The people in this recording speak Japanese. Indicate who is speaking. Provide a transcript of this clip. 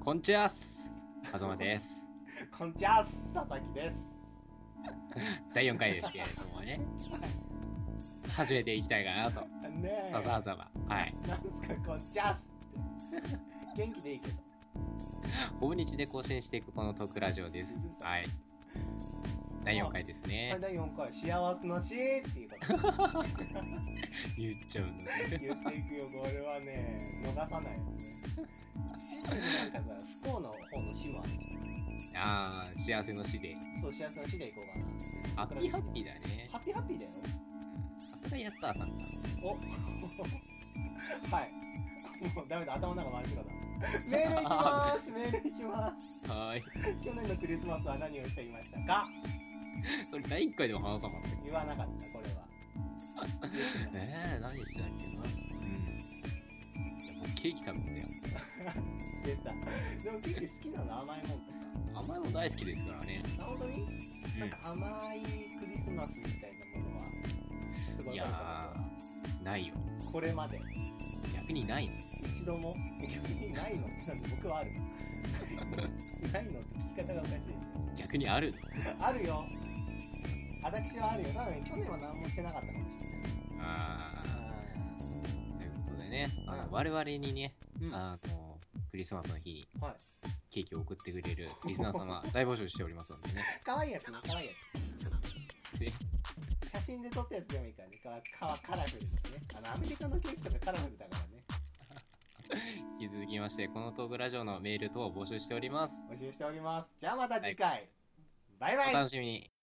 Speaker 1: こんちゃっす。はとま です。
Speaker 2: こんにちは、佐々木です。
Speaker 1: 第4回ですけれどもね。始めていきたいかなと。
Speaker 2: ねえ、
Speaker 1: さざざば。はい。
Speaker 2: なんすか、こんにちはって。元気でいいけど。
Speaker 1: ほぼ日で更新していくこのトークラジオです。はい。第4回です
Speaker 2: これ
Speaker 1: ね。
Speaker 2: 第4回、幸せのしっていうこと
Speaker 1: 言っちゃうのね。
Speaker 2: 言っていくよ、これはね、逃さないよね。死ってなんかさ、不幸の方の死もあるじ
Speaker 1: ああ、幸せの死で。
Speaker 2: ゃん。そう、幸せの死でいこうかな。
Speaker 1: ハッピーハッピーだね。
Speaker 2: ハッピーハッピーだよ。
Speaker 1: あそれやったらあかんな。
Speaker 2: おはい。もうダメだ、頭の中回りそうだ。メールいきますメールいきます
Speaker 1: はーい。
Speaker 2: 去年のクリスマスは何をしていましたか
Speaker 1: それ第1回でも話さなかった
Speaker 2: 言わなかったこれ は
Speaker 1: ねえ、何してたっけな。うん。いや、僕ケーキ食べてたよ。
Speaker 2: 出たでもケーキ好きなの甘いもんとか
Speaker 1: 甘いもの大好きですからね。
Speaker 2: あ本当に、なんか甘いクリスマスみたいなものはすご
Speaker 1: い
Speaker 2: い食べたこと
Speaker 1: や
Speaker 2: は
Speaker 1: ー、ないよ。
Speaker 2: これまで
Speaker 1: 逆にないの。
Speaker 2: 一度も逆にないのってなんて僕はある ないのって聞き方がおかしいでし
Speaker 1: 逆にある
Speaker 2: ょあるよ私はあるよなのに去年は何もしてなかったかもしれない
Speaker 1: あ
Speaker 2: あ
Speaker 1: ーということでね、あの
Speaker 2: うん
Speaker 1: 我々にね、
Speaker 2: ーうんは
Speaker 1: あのクリスマスの日に
Speaker 2: い
Speaker 1: ケーキを送ってくれるリスナー 様大募集しておりますのでね。
Speaker 2: 可愛いやつね可愛いや
Speaker 1: で
Speaker 2: つ写真で撮ったやつでもいいからねかかカラフルとかねあのアメリカのケーキとかカラフルだからね
Speaker 1: 引き続きまして、このトークラジオのメール等を募集しております。
Speaker 2: 募集しております。じゃあまた次回。バイバイ
Speaker 1: お楽しみに。